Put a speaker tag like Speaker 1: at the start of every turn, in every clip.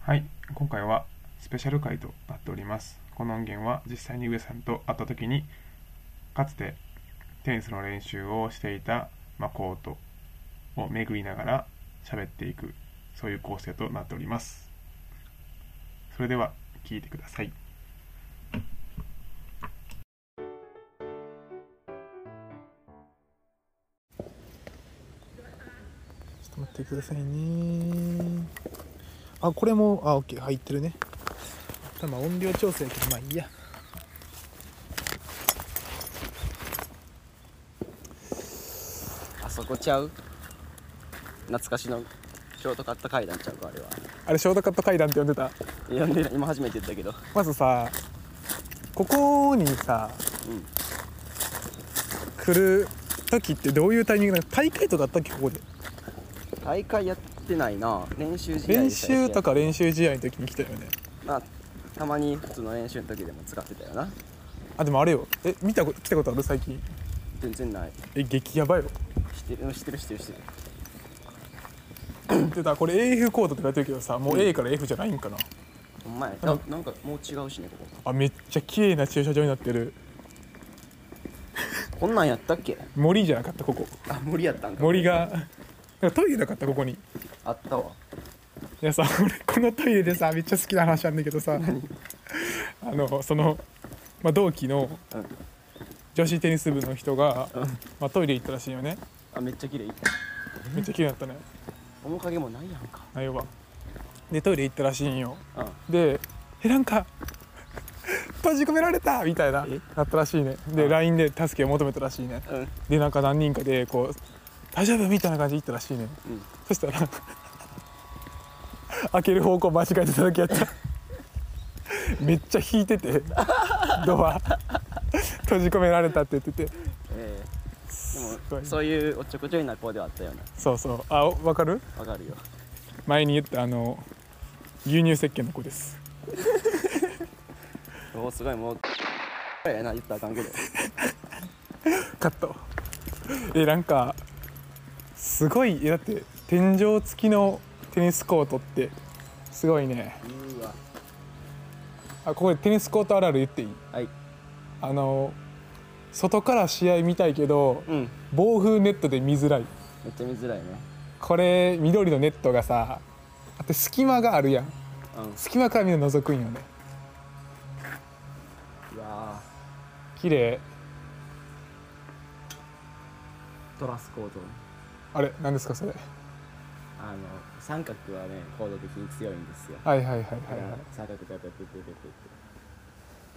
Speaker 1: はい、今回はスペシャル回となっております。この音源は実際に上さんと会った時に、かつてテニスの練習をしていた、まあ、コートを巡りながら喋っていく、そういう構成となっております。それでは聞いてください。
Speaker 2: ちょっと待ってくださいねあこれもあオッケー入ってるねただまあ音量調整やけどまあいいや
Speaker 3: あそこちゃう懐かしのショートカット階段ちゃうかあれは
Speaker 2: あれショートカット階段って呼んでた
Speaker 3: いやね今初めて言ったけど
Speaker 2: まずさここにさ、
Speaker 3: うん
Speaker 2: 来る時ってどういうタイミングなの大会とかあったっけここで
Speaker 3: 大会やってないな練習試合
Speaker 2: 練
Speaker 3: でしたよ
Speaker 2: 習とか練習試合の時に来たよね
Speaker 3: まあたまに普通の練習の時でも使ってたよな
Speaker 2: あでもあれよえ見たこと来たことある最近
Speaker 3: 全然ない
Speaker 2: え激ヤバよ
Speaker 3: 知ってる知ってる知ってる知ってる
Speaker 2: でだこれ AF コートって書いてるけどさもう A から F じゃないんかな、
Speaker 3: お前ななんかもう違うしねこ
Speaker 2: あめっちゃ綺麗な駐車場になってる
Speaker 3: ここんなんやったっけ
Speaker 2: 森じゃなかったここ
Speaker 3: あ無理やったんか
Speaker 2: 森がなんかトイレなかったここにい
Speaker 3: あったわ
Speaker 2: やさ俺このトイレでさめっちゃ好きな話なんだけどさ あのその、まあ、同期の
Speaker 3: うん
Speaker 2: 女子テニス部の人が、まあ、トイレ行ったらしいよね
Speaker 3: あめっちゃ綺麗
Speaker 2: めっちゃ綺麗だったね
Speaker 3: 面影もないやんか
Speaker 2: 内容はでトイレ行ったらしいんよ
Speaker 3: うん
Speaker 2: でえなんか閉じ込められたみたいな
Speaker 3: え
Speaker 2: なったらしいねで LINE で助けを求めたらしいね
Speaker 3: うんうん
Speaker 2: でなんか何人かでこう「大丈夫?」みたいな感じで行ったらしいねそしたら開ける方向間違えてただけやっためっちゃ引いててドア閉じ込められたって言ってて
Speaker 3: えー、で
Speaker 2: ごい
Speaker 3: もそういうおっちょこちょいな子ではあったよな
Speaker 2: そうそうあおわかる
Speaker 3: わかるよ
Speaker 2: 前に言ったあの牛乳石鹸の子です
Speaker 3: おーすごいもうやな言ったらあかんけど
Speaker 2: カットえなんかすごいえだって天井付きのテニスコートってすごいね
Speaker 3: うわ
Speaker 2: あここでテニスコートあるある言っていい
Speaker 3: はい
Speaker 2: あの外から試合見たいけど
Speaker 3: うんめっ
Speaker 2: 暴風ネットで見づらい
Speaker 3: ちゃ見づらいね
Speaker 2: これ緑のネットがさあって隙間があるやん
Speaker 3: うん
Speaker 2: 隙間からみんな覗くんよね
Speaker 3: うわ
Speaker 2: 綺麗
Speaker 3: トラスコード
Speaker 2: あれ何ですかそれ
Speaker 3: あの三角はねコード的に強いんですよ
Speaker 2: はいはいはいはい
Speaker 3: だから三角ペペペペペペペ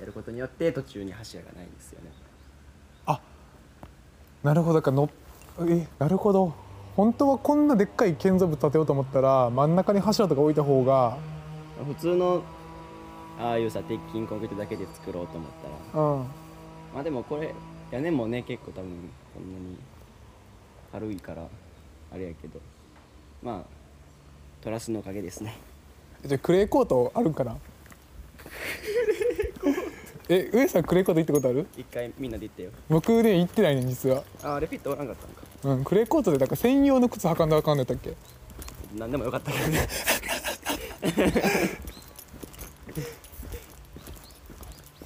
Speaker 3: やることによって途中に柱がないんですよね
Speaker 2: なるほどだからのえなるほど本当はこんなでっかい建造物建てようと思ったら真ん中に柱とか置いた方が
Speaker 3: 普通のああいうさ鉄筋コンクリートだけで作ろうと思ったら
Speaker 2: うん
Speaker 3: まあでもこれ屋根もね結構多分こんなに軽いからあれやけどまあトラスのおかげですね
Speaker 2: じゃあクレーコートあるんかなえ上さんクレーコート行ったことある
Speaker 3: 一回みんなで行ったよ
Speaker 2: 僕ね行ってないね実は、
Speaker 3: あレフィットおらんかったんか
Speaker 2: うん、クレーコートでなんか専用の靴履かんだらあかんのやったっけ
Speaker 3: なんでもよかったけどね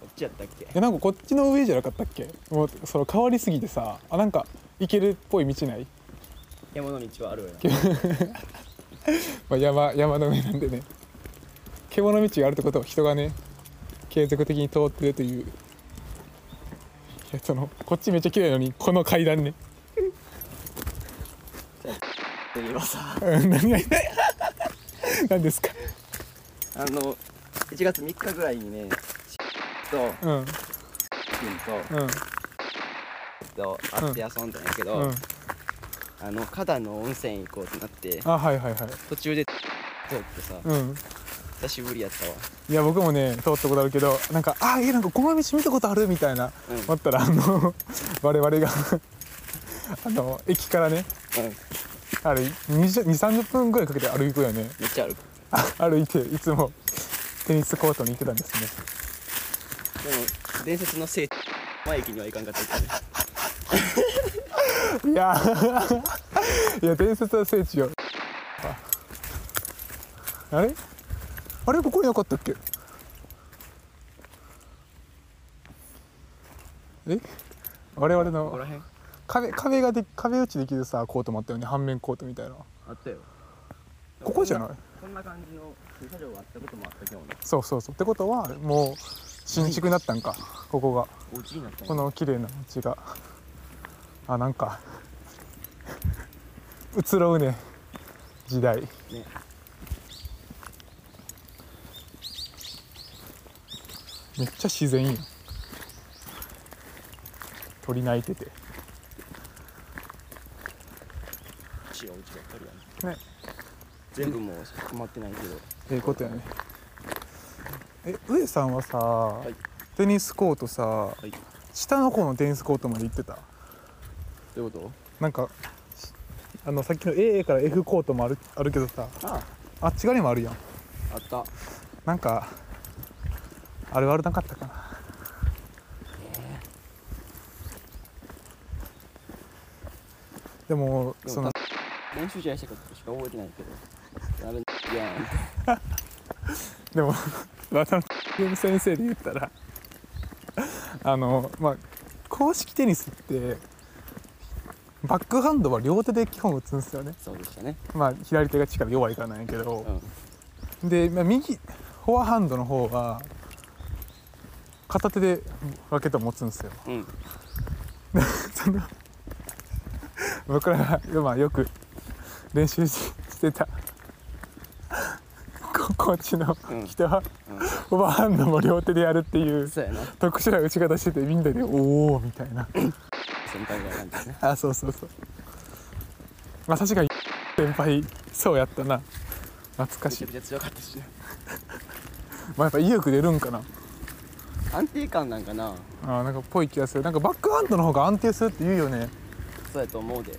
Speaker 3: こっちやったっけ
Speaker 2: いやなんかこっちの上じゃなかったっけもうその変わりすぎてさあなんか行けるっぽい道ない、
Speaker 3: 山の道はあるよ な
Speaker 2: まあ、山山の上なんでね獣道があるってことは人がね継続的に通ってるといういやそのこっちめっちゃ綺麗なのにこの階段ね
Speaker 3: 今さ
Speaker 2: うん何が 何ですか
Speaker 3: あの1月3日ぐらいにねと
Speaker 2: うんうん
Speaker 3: 君とと会って遊んだんやけど、
Speaker 2: うん
Speaker 3: あの花壇の温泉行こうってなって
Speaker 2: あはいはいはい
Speaker 3: 途中で通ってさ
Speaker 2: うん
Speaker 3: 久しぶりやったわ
Speaker 2: いや僕もね通ったことあるけどなんか「あえなんかこの道見たことある?」みたいな
Speaker 3: うん
Speaker 2: 思ったらあの 我々があの駅からね
Speaker 3: うん
Speaker 2: あれ230分ぐらいかけて歩くよね
Speaker 3: めっちゃある
Speaker 2: あ歩いていつもテニスコートに行ってたんですね
Speaker 3: でも伝説の聖地前駅には行かんかったけどね
Speaker 2: いやーいや伝説の聖地よあれあれここになかったっけえ我々
Speaker 3: ここ
Speaker 2: の
Speaker 3: ら辺
Speaker 2: 壁壁がで壁打ちできるさコートもあったよね半面コートみたいな
Speaker 3: あったよ
Speaker 2: ここじゃない
Speaker 3: こんな感じの駐車場があったこともあったけどね
Speaker 2: そうそうそうってことはもう新築になったんかここが
Speaker 3: お家になったんや
Speaker 2: この綺麗な街があなんか移ろうね時代
Speaker 3: ね
Speaker 2: めっちゃ自然いい鳥鳴いてて
Speaker 3: ちお家ばっかりや
Speaker 2: ね
Speaker 3: 全部もう困ってないけど
Speaker 2: ええことやねえ上さんはさ、
Speaker 3: い
Speaker 2: テニスコートさ、
Speaker 3: い
Speaker 2: 下の方のテニスコートまで行ってた
Speaker 3: どういうこ
Speaker 2: なんかしあのさっきの AA から F コートもあるあるけどさ
Speaker 3: とあ
Speaker 2: あっち側にもあるやん
Speaker 3: ああった
Speaker 2: なんかあれ悪なかったかなでも
Speaker 3: でも
Speaker 2: その
Speaker 3: 練習試合したことしか覚えてないけどあれいや
Speaker 2: でも 渡辺先生で言ったらあのまあ公式テニスってバックハンドは両手で基本打つんですよね
Speaker 3: そうでしたね
Speaker 2: まあ左手が力弱いからなんやけど、
Speaker 3: うん
Speaker 2: で、まあ、右フォアハンドの方は片手でラケットを持つんですよ
Speaker 3: うん
Speaker 2: その僕らが今よく練習ししてたこコーチの
Speaker 3: うん
Speaker 2: 人は
Speaker 3: う
Speaker 2: オーバーハンドも両手でやるっていうん
Speaker 3: そうやな
Speaker 2: 特殊な打ち方しててみんなで「おお」みたいな
Speaker 3: 先輩がなんですね
Speaker 2: あそうそうそうまあ確かに先輩そうやったな懐か
Speaker 3: め
Speaker 2: し
Speaker 3: ち
Speaker 2: い
Speaker 3: ゃくちゃ強かったしな
Speaker 2: まあやっぱ意欲出るんかな
Speaker 3: 安定感なんかな
Speaker 2: あーなんかぽい気がするなんかバックハンドの方が安定するって言うよね
Speaker 3: そうやと思うで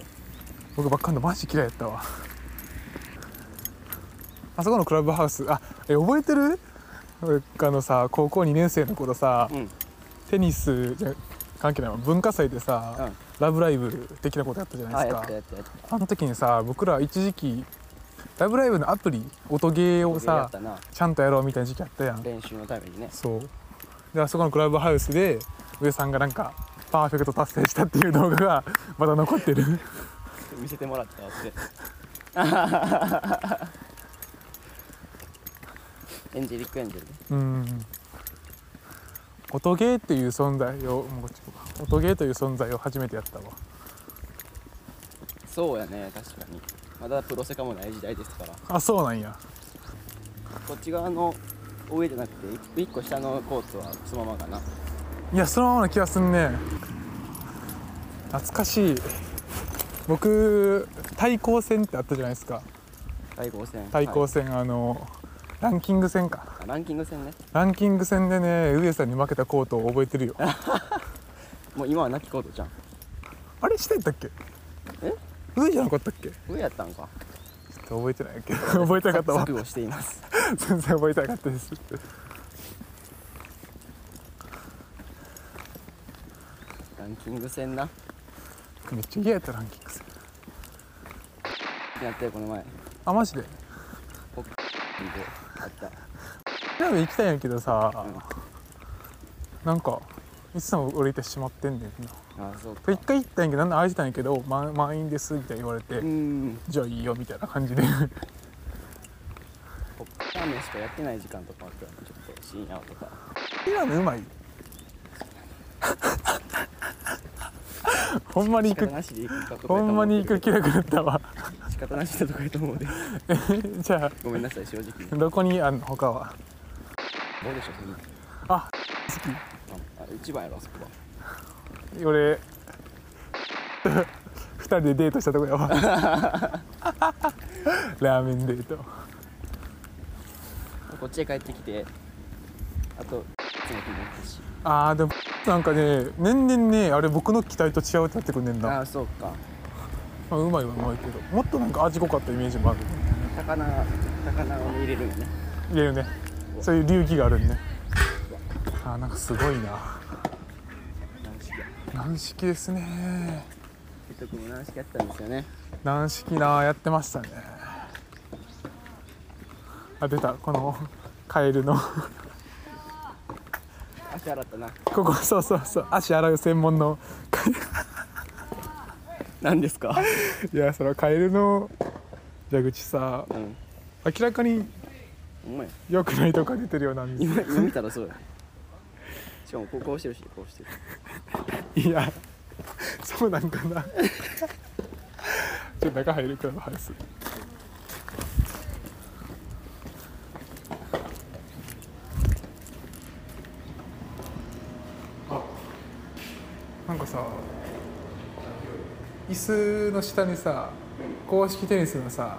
Speaker 2: 僕バックハンドマジ嫌いやったわあそこのクラブハウスあえ覚えてる俺あのさ高校2年生の頃さ、
Speaker 3: うん
Speaker 2: テニスじゃ関係ないわ文化祭でさ、
Speaker 3: うん
Speaker 2: ラブライブ的なことやったじゃな
Speaker 3: あ
Speaker 2: いです
Speaker 3: やった
Speaker 2: か
Speaker 3: やったやった
Speaker 2: あの時にさ僕ら一時期「ラブライブ!」のアプリ音ゲーを
Speaker 3: や
Speaker 2: さ
Speaker 3: ったな
Speaker 2: ちゃんとやろうみたいな時期あったやん
Speaker 3: 練習のためにね
Speaker 2: そうであそこのクラブハウスで上さんがなんかパーフェクト達成したっていう動画がまだ残ってる
Speaker 3: 見せてもらったって エンジェリックエンジェル
Speaker 2: うん音ゲーっていう存在をもうこっちか音ゲーという存在を初めてやったわ
Speaker 3: そうやね確かにまだプロセカもない時代ですから
Speaker 2: あそうなんや
Speaker 3: こっち側の上じゃなくて一個下のコートはそのままかない
Speaker 2: やそのままな気がすんね懐かしい僕対抗戦ってあったじゃないですか
Speaker 3: 対抗戦
Speaker 2: 対抗
Speaker 3: 戦、
Speaker 2: 戦、あのランキング戦か
Speaker 3: はいランキング戦ね
Speaker 2: ランキング戦でね上さんに負けたコートを覚えてるよ
Speaker 3: もう今はなきコートじゃん
Speaker 2: あれしてたっけ
Speaker 3: え
Speaker 2: 上じゃなかったっけち
Speaker 3: 上やったんか
Speaker 2: ょっと覚えてないけど覚えてなかった わ
Speaker 3: 錯誤しています
Speaker 2: 全然覚えてなかったです
Speaker 3: ランキング戦なっ
Speaker 2: めっちゃ嫌やったランキング戦
Speaker 3: てなったよこの前で
Speaker 2: あマジで
Speaker 3: あった
Speaker 2: ラブ行きたいんやけどさ、
Speaker 3: ん
Speaker 2: なんかいつも俺いてしまってんねんな
Speaker 3: ああそうか
Speaker 2: 一回行ったんやけどなんで空いてたんやけど、ま、満員ですみたいな言われて、
Speaker 3: うん
Speaker 2: じゃあいいよみたいな感じで
Speaker 3: ポップラーメンしかやってない時間とかあったらちょっと深夜とか
Speaker 2: ラのうまい ほんまに
Speaker 3: 仕
Speaker 2: 行
Speaker 3: 方
Speaker 2: く
Speaker 3: なしで行くかとか
Speaker 2: ほんまに行く気なくなったわ
Speaker 3: 仕方なしだとかやと思うで
Speaker 2: じゃ
Speaker 3: ごめんなさ い正直ど
Speaker 2: あどこにあんの他は
Speaker 3: うでしょう
Speaker 2: あ
Speaker 3: あ一番やろあそこは
Speaker 2: 俺 二人でデートしたとこ やわラーメンデート
Speaker 3: こっちへ帰ってきてあといつも気になったし
Speaker 2: あーでもなんかね年々ねあれ僕の期待と違うってなってくんねん
Speaker 3: あ
Speaker 2: な
Speaker 3: あそうか
Speaker 2: まあうまいはうまいけどもっとなんか味濃かったイメージもある
Speaker 3: 魚魚を入れるんやね
Speaker 2: いやよねそういう流儀があるんねあーなんかすごいな
Speaker 3: 軟式や
Speaker 2: 軟式ですね
Speaker 3: 瀬戸君も軟式やったんですよね
Speaker 2: 軟式なやってましたねあ出たこのカエルの
Speaker 3: 足洗ったな
Speaker 2: ここそうそうそう足洗う専門の カエ
Speaker 3: 何ですか
Speaker 2: ルいやそのカエルの蛇口さ
Speaker 3: うん
Speaker 2: 明らかに
Speaker 3: お前
Speaker 2: 良くないとこ出てるようなんで
Speaker 3: 今今見たらそうやしかもこうこうしてるしこうしてる
Speaker 2: すいやそうなんかなちょっと中入るからハウスなんかさ椅子の下にさ公式テニスのさ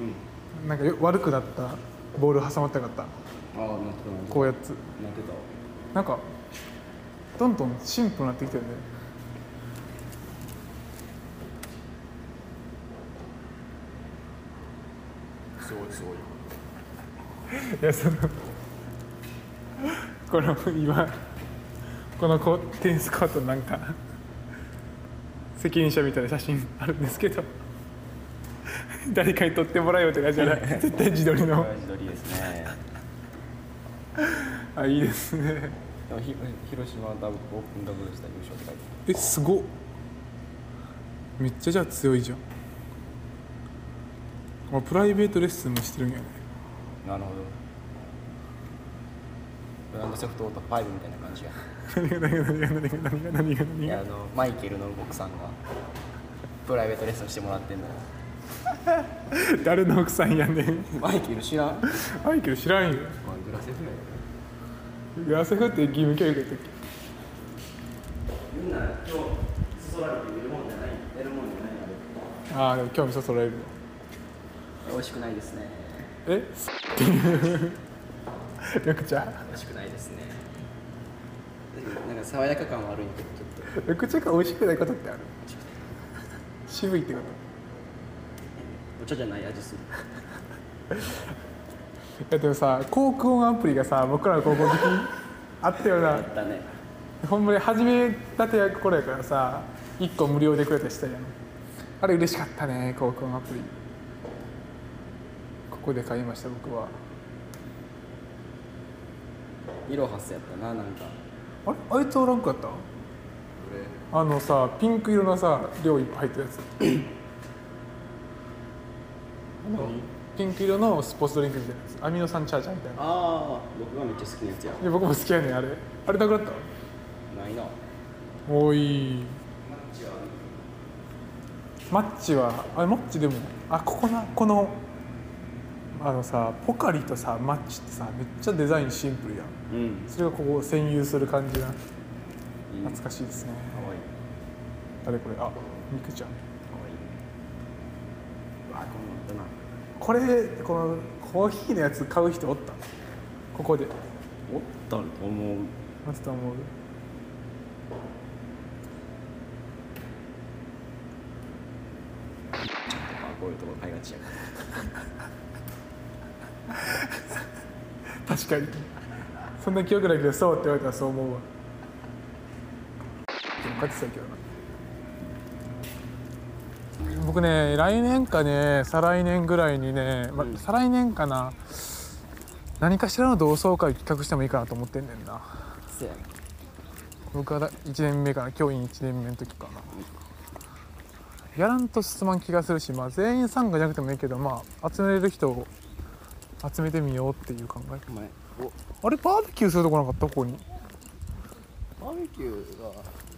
Speaker 3: うん
Speaker 2: なんかよ悪くなったボール挟まってなかった
Speaker 3: ああなってたなって
Speaker 2: こうやつ
Speaker 3: たなってたわ
Speaker 2: なんかどんどんシンプルになってきたよね
Speaker 3: すごいすごい
Speaker 2: いやそのこの今このこテニスコートのなんか責任者みたいな写真あるんですけど誰かに撮ってもらえよって感じじゃない絶対自撮りの
Speaker 3: 自撮りですね
Speaker 2: あいいですね
Speaker 3: でもひ広島ダブルオープンダブルスタ優勝って書いて
Speaker 2: えすごっめっちゃじゃあ強いじゃんあプライベートレッスンもしてるんやね
Speaker 3: あるなるほどブランドソフトオート5みたいな感じや
Speaker 2: 何が何が何が何が何が何が
Speaker 3: い
Speaker 2: 何
Speaker 3: やあ
Speaker 2: が
Speaker 3: のマイケルの奥さんがプライベートレッスンしてもらってんのよ
Speaker 2: 誰の奥さんやねん
Speaker 3: マイケル知らんまあ
Speaker 2: マイケル知らんよ
Speaker 3: グラセフや
Speaker 2: グラセフって義務教育やったっけ
Speaker 3: みんな今日そそられて見るもんじゃない得るもんじゃない
Speaker 2: ああでも興味そそられるわ
Speaker 3: 美味しくないですね
Speaker 2: えっていう緑茶
Speaker 3: 美味しくないですねなんか爽やか感はあるんやけどちょっと
Speaker 2: 緑茶が美味しくないことってある渋いってこ
Speaker 3: お茶じゃない味する
Speaker 2: とえでもさ航空音アプリがさ僕らの高校の時あったよ
Speaker 3: あ
Speaker 2: な
Speaker 3: ったね
Speaker 2: ほんまに初めたてやこれやからさ1個無料でくれたりしたやんあれ嬉しかったね航空音アプリここで買いました僕は
Speaker 3: イロハスやったななんか
Speaker 2: あれあいつおらんかった
Speaker 3: 俺
Speaker 2: あのさピンク色のさ量いっぱい入ったやつあのピンク色のスポーツドリンクみたいなやつアミノ酸チャージャーみたいな
Speaker 3: ああ僕がめっちゃ好きなやつや
Speaker 2: いや僕も好きやねんあれあれなくなっ
Speaker 3: ないな
Speaker 2: たおいマッチはあれマッチでもあここなこのあのさポカリとさマッチってさめっちゃデザインシンプルやん
Speaker 3: うんいい
Speaker 2: それがここを占有する感じが懐かしいですね
Speaker 3: かわいい
Speaker 2: 誰これあミクちゃん
Speaker 3: かわいいあこんなんあったな
Speaker 2: これこのコーヒーのやつ買う人おったここで
Speaker 3: おったと思う
Speaker 2: マスターモール
Speaker 3: あこういうとこ買いがちやから
Speaker 2: 確かにそんな記憶ないけどそうって言われたらそう思うわでも勝ってたけどな僕ね来年かね再来年ぐらいにね、ま
Speaker 3: うん
Speaker 2: 再来年かな何かしらの同窓会企画してもいいかなと思ってんねんな
Speaker 3: せやな
Speaker 2: 僕はだ1年目かな教員1年目の時かなやらんと進まん気がするし、まあ、全員参加じゃなくてもいいけど、まあ、集めれる人を集めてみようっていう考え
Speaker 3: お前
Speaker 2: あれバーベキューするとこなかったここに
Speaker 3: おバーベキューが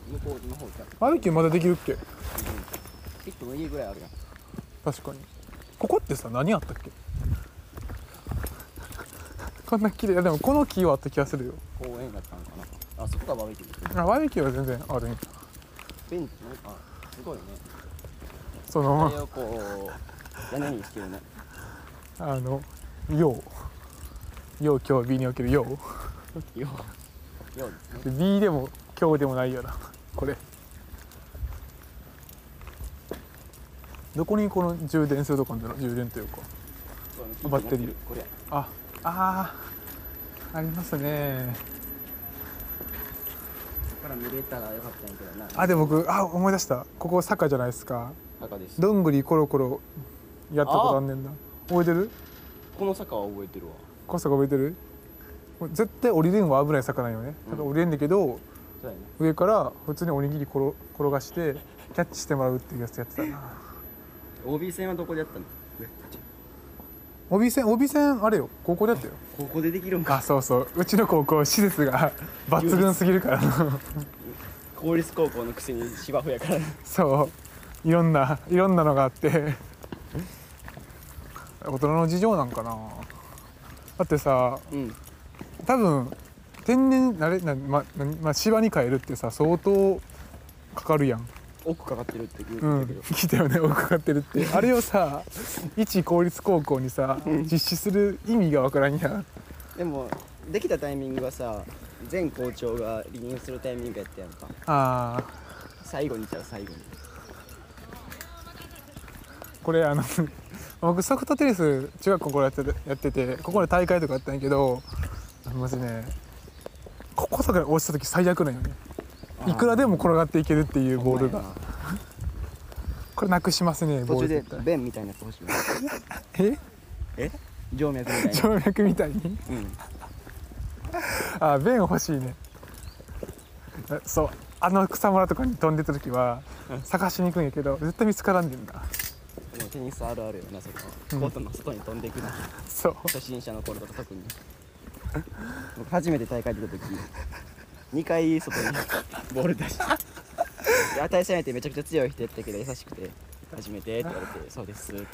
Speaker 3: 向こうの方から
Speaker 2: バーベキューまだできるっけ
Speaker 3: 1個の家ぐらいあるやん
Speaker 2: 確かにここってさ何あったっけこんな綺麗いやでもこの木はあった気がするよ
Speaker 3: 公園だったのかなあそこがバーベキュー
Speaker 2: あバーベキューは全然あるんや
Speaker 3: ベンチのあすごいね
Speaker 2: そ
Speaker 3: あ
Speaker 2: の
Speaker 3: れをこう屋根にしてるね
Speaker 2: あの陽陽今日 B における陽
Speaker 3: ようようですね
Speaker 2: B でも今日でもないよなこれどこにこの充電するとこなんだろう充電というかバッテリー
Speaker 3: これや
Speaker 2: ああーありますね
Speaker 3: そこから見れたらよかったんやけどな
Speaker 2: あでも僕あ思い出したここ坂じゃないですか
Speaker 3: 赤です
Speaker 2: どんぐりコロコロやったことあんねんな覚えてる
Speaker 3: この坂は覚えてるわ
Speaker 2: コストが覚えてるもう絶対降りれんは危ない魚よね、
Speaker 3: うん
Speaker 2: 多分降りれんだけど
Speaker 3: そうやね
Speaker 2: 上から普通におにぎり転転がしてキャッチしてもらうっていうやつやってたな
Speaker 3: OB 戦はどこでやったのえ
Speaker 2: 帯線帯線あれよ高校だったよ
Speaker 3: ここでできるん
Speaker 2: あ
Speaker 3: か
Speaker 2: そうそううちの高校施設が抜群すぎるから
Speaker 3: 公立高校のくせに芝生やから
Speaker 2: そういろんないろんなのがあって大人の事情なんかなだってさ
Speaker 3: うん
Speaker 2: 多分天然あれな、まなま芝に変えるってさ相当かかるやん
Speaker 3: 奥かかってるって言うて
Speaker 2: う
Speaker 3: た
Speaker 2: ん
Speaker 3: けど、
Speaker 2: 聞いたよね 奥かかってるってあれをさ一公立高校にさ実施する意味がわからんやん
Speaker 3: でもできたタイミングはさ前校長が離任するタイミングやったやんか
Speaker 2: あー
Speaker 3: 最後にじゃあ最後に
Speaker 2: これあの 僕ソフトテニス中学校からやっててやっててここで大会とかあったんやけどマジねこことか落ちた時最悪なんよねいくらでも転がっていけるっていうボールがこれなくしますねボー
Speaker 3: 途中
Speaker 2: ル
Speaker 3: で
Speaker 2: 絶対
Speaker 3: 弁みたいになってほしいわ
Speaker 2: え
Speaker 3: え静脈みたいな
Speaker 2: 静脈みたいに
Speaker 3: うん
Speaker 2: あ便欲しいねあそうあの草むらとかに飛んでた時は探しに行くんやけど絶対見つからんねんな
Speaker 3: でもテニスあるあるよなそこは、
Speaker 2: うん
Speaker 3: コートの外に飛んでいくな
Speaker 2: そう
Speaker 3: 初心者の頃とか特に僕初めて大会出た時2回外にボール出してで値しないてめちゃくちゃ強い人やったけど優しくて「初めて」って言われて「そうです」って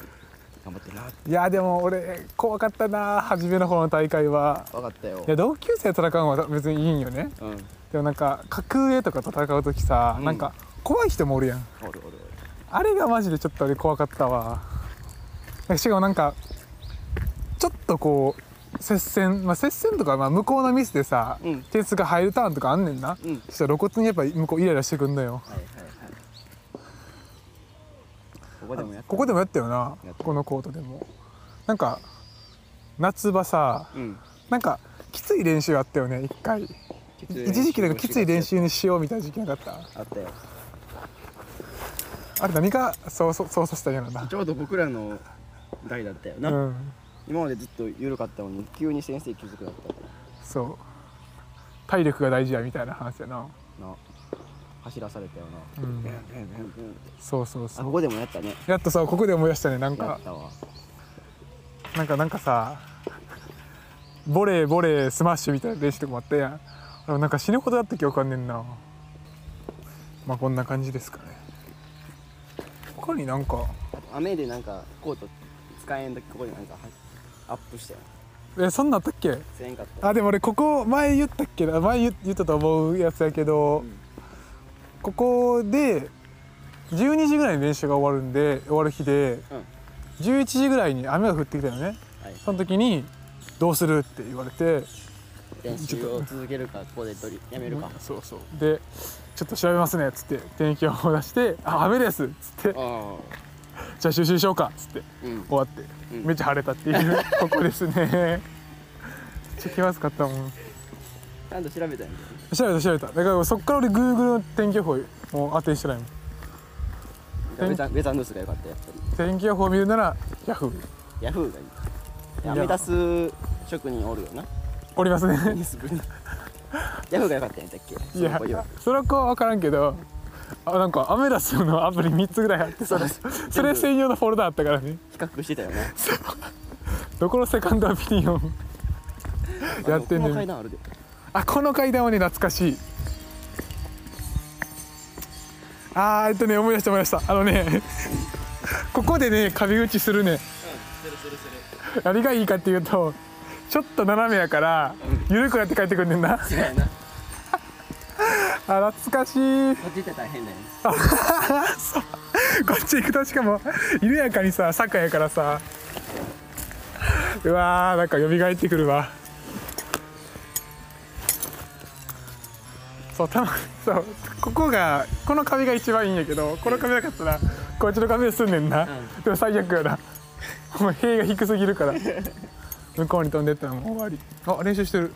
Speaker 3: 頑張ってなって
Speaker 2: いやでも俺怖かったな初めの方の大会は
Speaker 3: 分かったよ
Speaker 2: いや同級生と戦うのは別にいいんよね
Speaker 3: うんおる
Speaker 2: でもなんか格上とかと戦う時さ、
Speaker 3: うん
Speaker 2: なんか怖い人もおるやん
Speaker 3: おるおる
Speaker 2: あれがマジでちょっと俺怖かったわしかもなんかちょっとこう接戦まあ接戦とかまあ向こうのミスでさ、
Speaker 3: うん
Speaker 2: 点数が入るターンとかあんねんな、
Speaker 3: うん
Speaker 2: そしたら露骨にやっぱ向こうイライラしてくんだよ
Speaker 3: はいはいはいここでもやった
Speaker 2: ここでもやったよな
Speaker 3: やった
Speaker 2: このコートでもなんか夏場さ
Speaker 3: うん
Speaker 2: なんかきつい練習あったよね一回
Speaker 3: きつい練習
Speaker 2: 一時期なんかきつい練習にしようみたいな時期なかった
Speaker 3: あったよ
Speaker 2: あれ何がそうそうそうさせたんやろな
Speaker 3: ちょうど僕らの代だったよな、
Speaker 2: うん
Speaker 3: 今までずっと緩かったのに急に先生気づくなったか
Speaker 2: そう体力が大事やみたいな話やな、
Speaker 3: らな走らされたよ
Speaker 2: う
Speaker 3: な
Speaker 2: ん、そうそう
Speaker 3: あ
Speaker 2: そ
Speaker 3: こ
Speaker 2: う
Speaker 3: こでもやったね
Speaker 2: やっとさここで思い出したねなん
Speaker 3: や
Speaker 2: か
Speaker 3: ったわ
Speaker 2: なんかなんかさボレーボレースマッシュみたいな練習とかもあったやんあれなんか死ぬほどだった記憶あんねんなまあこんな感じですかね他になんか
Speaker 3: あと雨でなんかコート使えん時ここでなんかはアップしたよ
Speaker 2: えそんなんあったっけ
Speaker 3: せえんかった
Speaker 2: あでも俺ここ前言ったっけな前言言ったと思うやつやけど、
Speaker 3: うん
Speaker 2: ここで12時ぐらいに練習が終わるんで終わる日で
Speaker 3: うんは
Speaker 2: 11時ぐらいに雨が降ってきたよね
Speaker 3: い
Speaker 2: その時に「どうする?」って言われて
Speaker 3: 練習を続けるかここで取りやめるか
Speaker 2: そうそうで「ちょっと調べますね」っつって天気予報を出して「あ雨です」っつって
Speaker 3: あ
Speaker 2: 「じゃあ収集しようか」っつって
Speaker 3: あうん
Speaker 2: 終わって、
Speaker 3: うん
Speaker 2: めっちゃ晴れたっていう ここですねめっちゃ気まずかったもん
Speaker 3: ちゃんと調べたんや
Speaker 2: 調べた調べただからそっから俺 Google の天気予報も当てにしてないもん
Speaker 3: けどベタベタヌースが良かったやっぱ
Speaker 2: 天気予報見るなら Yahoo
Speaker 3: りヤフーがいい
Speaker 2: や
Speaker 3: アメダス職人おるよな
Speaker 2: おります
Speaker 3: テニ
Speaker 2: ね
Speaker 3: ス部にヤフーが良かったんやったっけ
Speaker 2: いや
Speaker 3: その子は
Speaker 2: それは分からんけどあなんかアメダスのアプリ3つぐらいあって
Speaker 3: そ
Speaker 2: さ
Speaker 3: うです
Speaker 2: それ専用のフォルダあったからね
Speaker 3: 比較してたよね
Speaker 2: どこのセカンドオピニオン やってん
Speaker 3: あ
Speaker 2: ね
Speaker 3: のこの階
Speaker 2: ん
Speaker 3: 段あるで
Speaker 2: あこの階段はね懐かしいあーえっとね思い出した思い出したあのね ここでね壁打ちするね何がいいかっていうとちょっと斜めやから緩くなって帰ってくんねんな
Speaker 3: そうやな
Speaker 2: あ懐かしい
Speaker 3: こっち行ったら大変だよね
Speaker 2: こっち行くとしかも緩やかにさ坂やからさうわーなんか蘇ってくるわそうたまそうここがこの髪が一番いいんやけどこの髪なかったらこっちの髪ですんねんな、
Speaker 3: ん
Speaker 2: でも最悪やなもう塀が低すぎるから向こうに飛んでったらもう終わりあ練習してる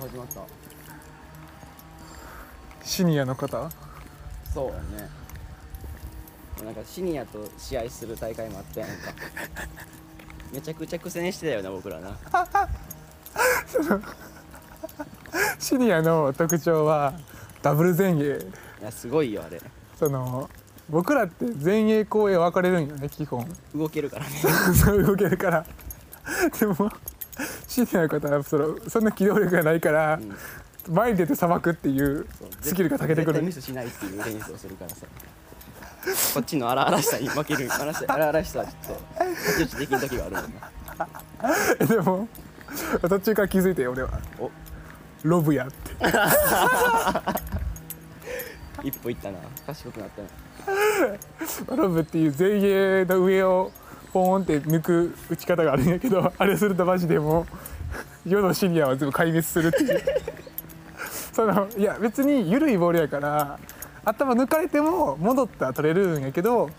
Speaker 3: あ始まった
Speaker 2: シニアの方
Speaker 3: そうやねなんかシニアと試合する大会もあったやんかめちゃくちゃ苦戦してたよな僕らな
Speaker 2: シニアの特徴はダブル前衛
Speaker 3: いやすごいよあれ
Speaker 2: その僕らって前衛後衛分かれるんよね基本
Speaker 3: 動けるからね
Speaker 2: そう動けるから でもシニアの方はそのそんな機動力がないから
Speaker 3: うん
Speaker 2: 前に出てさばくっていう
Speaker 3: そう
Speaker 2: スキルが長けてく
Speaker 3: 絶対ミ
Speaker 2: る
Speaker 3: スしないっていうテニスをするからさこっちの荒々しさに負ける荒々しさ荒々しさはちょっと太刀打ちできる時があるもんな
Speaker 2: でも途中から気づいてよ俺は
Speaker 3: お
Speaker 2: ロブやって
Speaker 3: 一歩いったな賢くなったな
Speaker 2: ロブっていう前衛の上をポーンって抜く打ち方があるんやけどあれするとマジでもう世のシニアは全部壊滅するっていう そのいや別に緩いボールやから頭抜かれても戻ったら取れるんやけど
Speaker 3: うん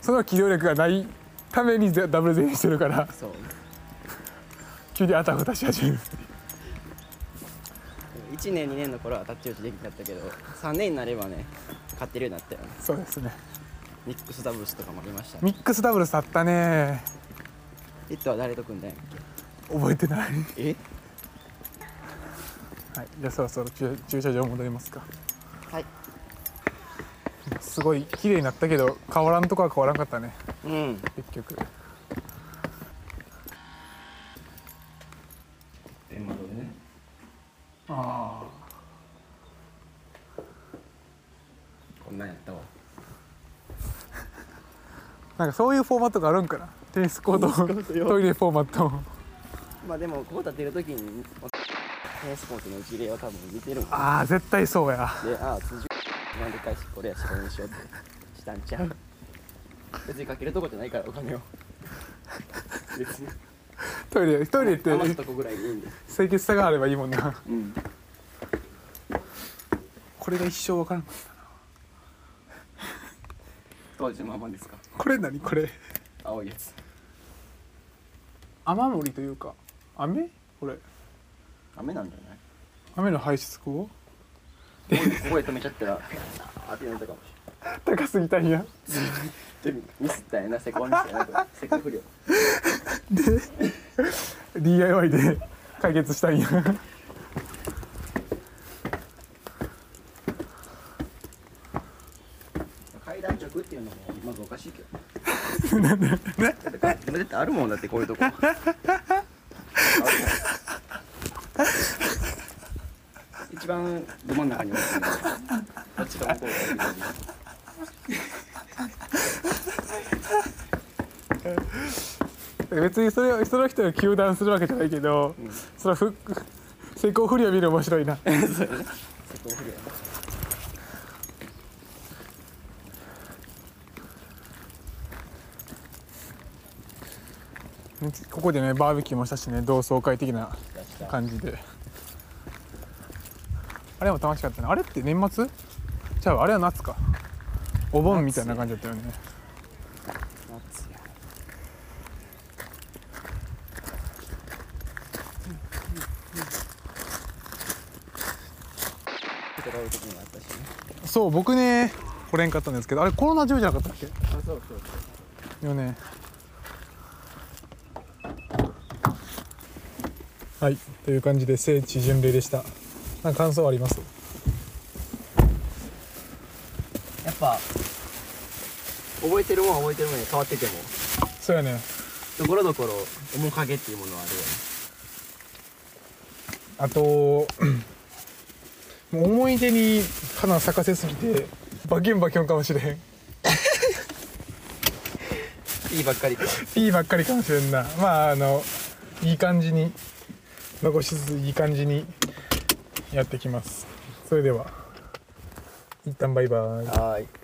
Speaker 2: その機動力がないためにぜダブル前衛してるから
Speaker 3: そう
Speaker 2: 急にあたふたし始める
Speaker 3: 1年2年の頃はタッチ打ちできなかったけど3年になればね勝てるようになったよね
Speaker 2: そうですね
Speaker 3: ミックスダブルスとかもありましたヒ
Speaker 2: ミックスダブルスあったね
Speaker 3: ットは誰と組んだんやっ
Speaker 2: 覚えてない、
Speaker 3: けえ
Speaker 2: はい、じゃあそろそろ駐駐車場戻りますか
Speaker 3: はい
Speaker 2: すごい綺麗になったけど変わらんとこは変わらんかったね
Speaker 3: うん
Speaker 2: 結局
Speaker 4: 天窓でね
Speaker 2: あ
Speaker 4: こんなんやったわ
Speaker 2: あなんかそういうフォーマットがあるんかなテニスコートトイレフォーマット
Speaker 3: まあでもここ立てる時にテニスコートの事例は多分見てるもんで
Speaker 2: ああ絶対そうや
Speaker 3: ああ辻なんで返しこれやしこれにしようってしたんちゃう別にかけるとこじゃないからお 金を別に
Speaker 2: トイレトイレって
Speaker 3: 余すとこぐらいでいいんで
Speaker 2: 清潔さがあればいいもんな
Speaker 3: うん
Speaker 2: これが一生わからん
Speaker 3: 当時のままですか
Speaker 2: これ何これ
Speaker 3: 青いやつ
Speaker 2: 雨漏りというか雨これ
Speaker 3: 雨なんだよね
Speaker 2: 雨の排出口
Speaker 3: ここで止めちゃったらあーってなったかもし
Speaker 2: 高すぎたんや
Speaker 3: れないミスったんやなセコンミスやなこれセコン不良
Speaker 2: DIY で解決したんや
Speaker 3: 階段直っていうのもまずおかしいけどなんでだってあるもんだってこういうとこあるもん一番ど真ん中に置いてるこっちが向こうがいいよ
Speaker 2: 別にそれをその人を糾弾するわけじゃないけど、そのふ 成功不良見る面白いな
Speaker 3: うに そうやねセコン不良やな
Speaker 2: ここでねバーベキューもしたしね同窓会的な感じであれも楽しかったねあれって年末じゃああれは夏かお盆みたいな感じだったよね
Speaker 3: 夏やちょっとこういう時もあったしね
Speaker 2: そう僕ね来れんかったんですけどあれコロナ中じゃなかったっけ
Speaker 3: あそうそうそう
Speaker 2: よねはいという感じで聖地巡礼でしたなんか感想あります
Speaker 3: やっぱ覚えてるもんは覚えてるもんね変わってても
Speaker 2: そうやね
Speaker 3: ところどころ面影っていうものはあるよね
Speaker 2: あと もう思い出に花咲かせすぎてバキュンバキュンかもしれへん
Speaker 3: いいばっかりか
Speaker 2: いいばっかりかもしれんなまああのいい感じに残しつついい感じにやってきますそれでは一旦バイバイ
Speaker 3: はーい